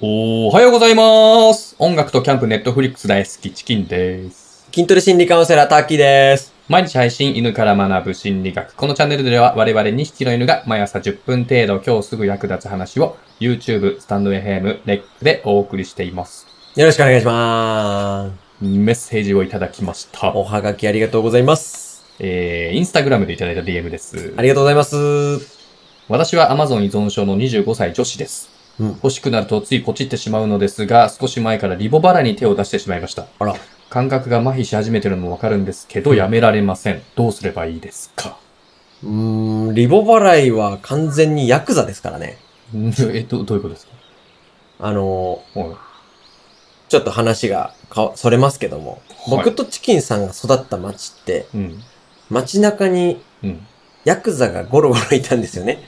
おはようございます。音楽とキャンプ、ネットフリックス大好き、チキンです。筋トレ心理カウンセラー、タッキーです。毎日配信、犬から学ぶ心理学。このチャンネルでは、我々2匹の犬が毎朝10分程度、今日すぐ役立つ話を、YouTube、スタンド FM、レックでお送りしています。よろしくお願いします。メッセージをいただきました。おはがきありがとうございます。えー、インスタグラムでいただいた DM ですあ。りがとうございます。私は Amazon 依存症の25歳女子です。うん欲しくなるとついポチってしまうのですが、少し前からリボバラに手を出してしまいました。あら、感覚が麻痺し始めてるのもわかるんですけど、やめられません。どうすればいいですか うーん、リボ払いは完全にヤクザですからね。え、ど、どういうことですかあのはいー、ちょっと話がか、それますけども、僕とチキンさんが育った町って、うん。街中にうん。ヤクザがゴロゴロいたんですよね。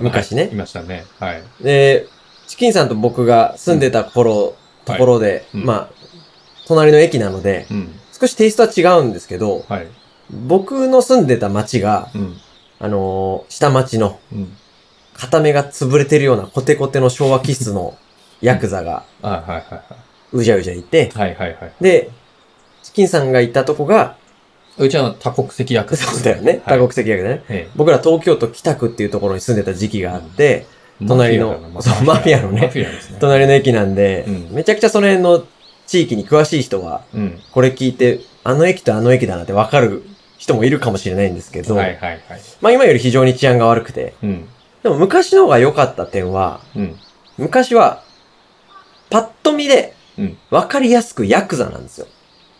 昔ね はいいましたね。はい。で、チキンさんと僕が住んでた頃、ところで、うんまあ、隣の駅なので、うん。少しテイストは違うんですけど、はい。僕の住んでた町が、うん。あのー下町の、うん。片目が潰れてるようなコテコテの昭和気質のヤクザが、あはいはうじゃうじゃいて、いはい。はいはいはい。で、チキンさんがいたとこが、 うちは多国籍役そうだよね、多国籍ヤクザね。え僕ら東京都北区っていうところに住んでた時期があって、え隣のそうマフィアのねマフィアですね。隣の駅なんで、うんめちゃくちゃその辺の地域に詳しい人は、うん。これ聞いて、あの駅とあの駅だなってわかる人もいるかもしれないんですけど、はいはいはい。まあ今より非常に治安が悪くて、うん。でも昔の方が良かった点は、うん。昔は、パッと見でうん、わかりやすくヤクザなんですよ。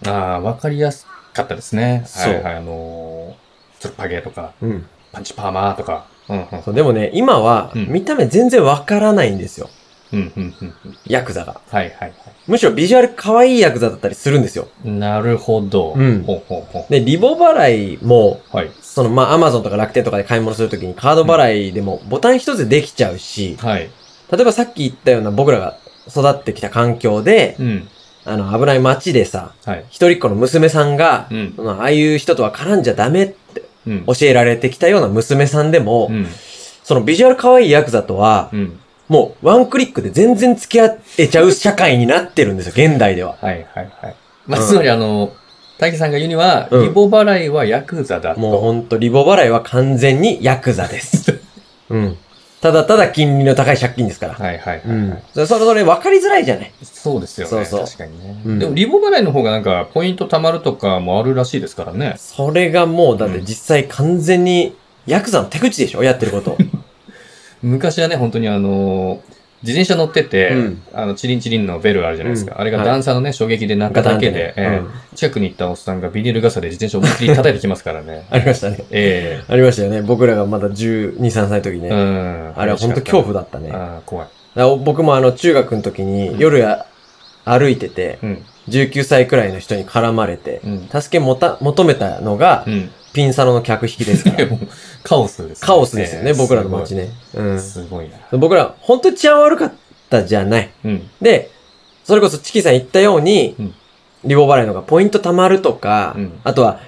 ああ、わかりやすかったですね。はそういはい。あのー、つるっぱげとか、うん。パンチパーマーとか。うんうん。そう、でもね、今は、うん見た目全然わからないんですよ。うんうんうんうん。ヤクザが。はいはいはい。むしろビジュアル可愛いヤクザだったりするんですよ。なるほど。うんほうほうほで、リボ払いも、う。はい。その、まあ、アマゾンとか楽天とかで買い物するときにカード払いでもボタン一つでできちゃうし、はい。例えばさっき言ったような僕らが育ってきた環境で、うん。あの、危ない街でさ、はい。一人っ子の娘さんがう、ん。まあ、ああいう人とは絡んじゃダメってうん。教えられてきたような娘さんでも、うん。そのビジュアル可愛いヤクザとは、うん。もうワンクリックで全然付き合えちゃう社会になってるんですよ、現代では。はいはいはい。まあ、うんつまりあの、大樹さんが言うには、うんリボ払いはヤクザだと。もうほんと、リボ払いは完全にヤク ザです。うん。ただただ金利の高い借金ですから。はいはいはい、うはいん。それそれそれ分かりづらいじゃない。そうですよね。そうそう確かにね、うんでも、リボ払いの方がなんか、ポイント貯まるとかもあるらしいですからね。それがもう、だってうん実際完全にヤクザの手口でしょ、やってる こと。昔はね、本当にあの、自転車乗ってて、うんあの、チリンチリンのベルあるじゃないですか。うんあれがはい段差のね、衝撃で鳴ったガタンだっけてで、ね。ええうん。近くに行ったおっさんがビニール傘で自転車を思いっきり叩いてきますからね ありましたね。ええありましたよね。僕らがまだ12、3歳の時ね。うんあれは本当恐怖だったね。だかああ、怖い。ら僕もあの中学の時うんに夜や歩いてて、うん。 19歳くらいの人に絡まれて、うん。助けもた求めたのがう、ん。 ピンサロの客引きですから。カオスです、カオスですよね、ええ僕らの街ね。うすごいな。ん。僕ら、本当に治安悪かったじゃない。うん。で、それこそチキさん言ったように、うんリボ払いのがポイント貯まるとか、うんあとは、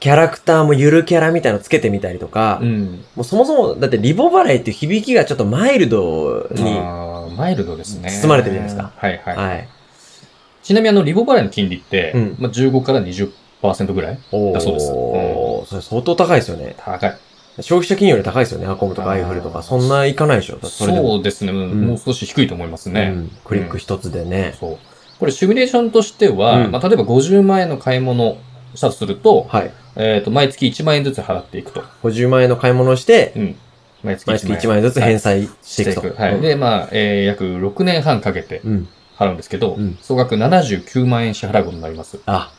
キャラクターもゆるキャラみたいのつけてみたりとか、うん。もうそもそも、だってリボ払いっていう響きがちょっとマイルドに、あーマイルドですね。包まれてるじゃないですか。はいはい。はい。ちなみにあの、リボ払いの金利って、うんまあ、15から20%ぐらいおーだそうですそれ相当高いですよね。高い。消費者金融より高いですよね。アコムとかあーアイフルとか。そんないかないでしょ。れでもそうですね、うんうんもう少し低いと思いますね。うんクリック一つでね。そう。これシミュレーションとしては、うんまあ、例えば50万円の買い物したとすると、はい。えっ、と、毎月1万円ずつ払っていくと。 50万円の買い物をして、うん。毎月毎月1万円ずつ返済していくと。はいうんで、まあ、えー約6年半かけてうん。払うんですけど、うん総額79万円支払うことになります。あ。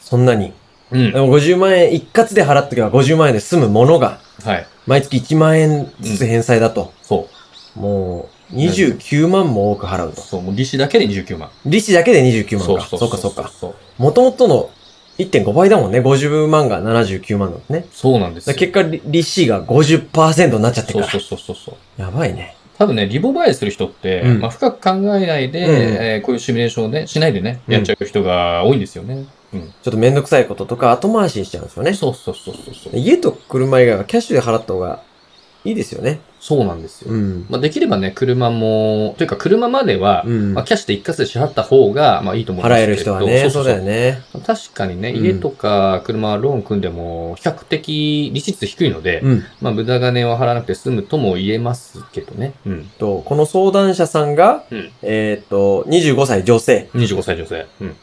そんなに。うんでも50万円一括で払っとけば50万円で済むものが、はい。毎月1万円ずつ返済だと。そもう、29万も多く払うう。と。そう、もう利子だけで29万。利子だけで29そ万うか。そっかそっか。そう。もともとの1.5倍だもんね。50万が79万だもんね。そうなんですだよ。から結果、利利子が50%になっちゃってるから。そうそうそうそう。やばいね。多分ね、リボバイする人って、うんまあ、深く考えないで、うんえーこういうシミュレーションをね、しないでね、うんやっちゃう人が多いんですよね。ちょっとめんどくさいこととか後回しにしちゃうんですよね。そうそうそうそうそう。家と車以外はキャッシュで払った方がいいですよね。そうなんですよ。うん。まあ、できればね、車も、というか車までは、うんまあ、キャッシュで一括で支払った方が、まあいいと思うんで払すえけど。る人はね、そそそうううだそようね。確かにね、うん家とか車はローン組んでも、比較的利子率低いので、うん。まあ無駄金を払わなくて済むとも言えますけどね。うん。と、この相談者さんが、うんえーっと、25歳女性。 25歳女性。うん。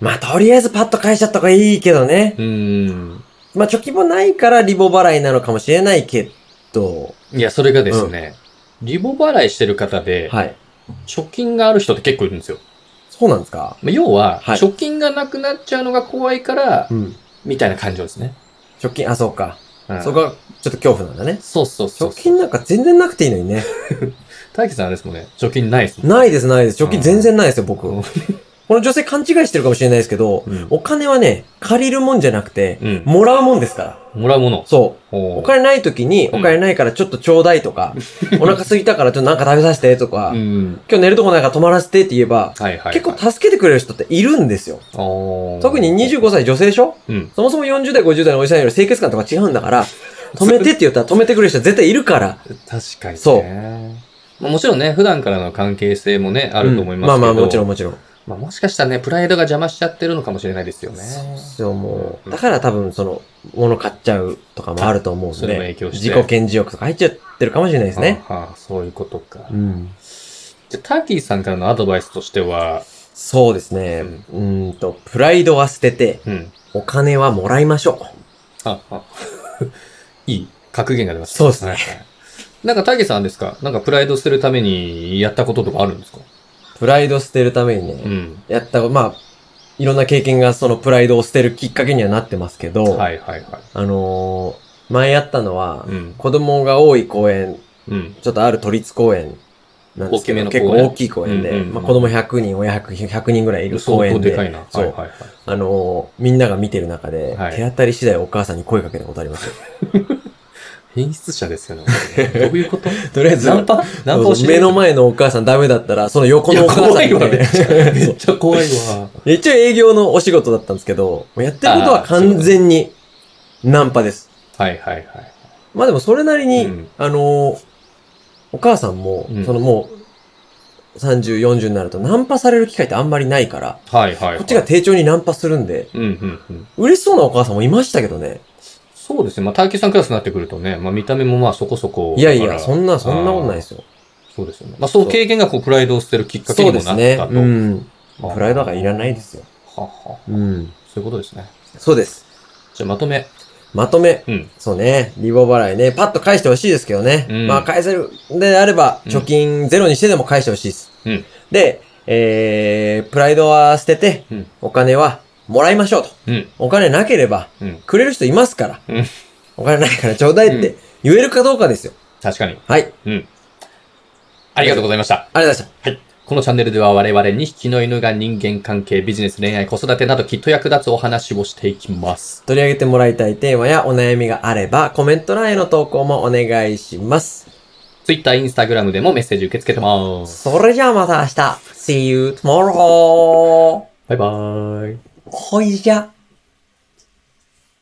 まあ、とりあえずパッと返しちゃった方がいいけどね。うーん。まあ、貯金もないからリボ払いなのかもしれないけど、いや、それがですね、リボ払いしてる方で、はい。貯金がある人って結構いるんですよ。そうなんですかまあ、要は、はい貯金がなくなっちゃうのが怖いから、うん。みたいな感情ですね。貯金、あ、そうか。うんそこが、ちょっと恐怖なんだね。そうそうそう貯。金なんか全然なくていいのにね。大輝さんあれですもんね、貯金ないですもん。ないです、ないです。貯金全然ないですよ、僕。うんこの女性勘違いしてるかもしれないですけど、うんお金はね、借りるもんじゃなくて、うん。もらうもんですから。もらうもの。そう。おお金ない時に、うんお金ないからちょっとちょうだいとか、お腹空い たからちょっとなんか食べさせてとか、う今ん。日寝るとこないから泊まらせてって言えば、はいはい。結構、助けてくれる人っているんですよ。特に十25歳女性でしょうん。そもそも40代、50代のおじさんより清潔感とか違うんだから、止めてって言ったら止めてくれる人絶対いるから。確かにね。そうまあもちろんね、普段からの関係性もね、あると思いますけど。うんまあまあもちろん。もちろん。まあもしかしたらね、プライドが邪魔しちゃってるのかもしれないですよね。そうですよ、もうんう。だから多分その、物買っちゃうとかもあると思うんで。それも影響して自己顕示欲とか入っちゃってるかもしれないですね。はあはあそういうことか。うん。じゃあ、ターキーさんからのアドバイスとしては、そうですね。うんうーんと、プライドは捨てて、うん。お金はもらいましょあ、あ、 いい格言が出ました。そうですねはいはい。なんか、ターキーさんあれですかなんかプライドするためにやったこととかあるんですかう。プライド捨てるためにね、うん。やった、まあ、いろんな経験がそのプライドを捨てるきっかけにはなってますけど、はいはいはあのー前やったのは、い。うん。子供が多い公園、うん。ちょっとある都立公園なんですけど、大きめ結の構公園大きい公園で、うんうんうんまあ、子供100人、親 100, 100人ぐらいいる公相当園でで、かいな。そう、はいはいはい。あのーみんなが見てる中で、はい手当たり次第お母さんに声かけたことありますよ。変質者ですよね。どういう こととりあえず、ナン パナンパをし目の前前のお母さんダメだったら、その横のお母さんいや怖いわめっちゃめそっちゃ怖いわ。う一応営業のお仕事だったんですけど、もうやってることは完全にナンパです。はいはいはい。まあでもそれなりに、うんあのーお母さんも、うんそのもう、30、40になるとナンパされる機会ってあんまりないから、はいはい、はい。こっちが丁重にナンパするんで、うんうんうん。嬉しそうなお母さんもいましたけどね。そうですね。まあ、大輝さんクラスになってくるとね、まあ、見た目もまあそこそこいやいや、そんんな、そんなことないですよ。そうですよね。まあ、その経験がこう、プライドを捨てるきっかけそにうもでなすっねた。と。うん。まあプライドがいらないですよ。はは。うん。そういうことですね。そうです。じゃあ、まとめ。まとめ。うん。そうね。リボ払いね。パッと返してほしいですけどね。うんまあ返せる。であれば、うん貯金ゼロにしてでも返してほしいです。うんで、えー、プライドは捨てて、うんお金はもらいましょうと。うん。お金なければ、うん。くれる人いますから。うんお金ないからちょうだいっうて言えるかどうかですよ。確かに。はい。ありがとうございました。ありがとうございました。このチャンネルでは我々に引きの犬が人間関係、ビジネス、恋愛、子育てなどきっと役立つお話をしていきます。取り上げてもらいたいテーマやお悩みがあれば、コメント欄への投稿もお願いします。 Twitter、Instagram でもメッセージ受け付けてます。それじゃあまた明日。See you tomorrow! バイバーイ。ほいじゃ。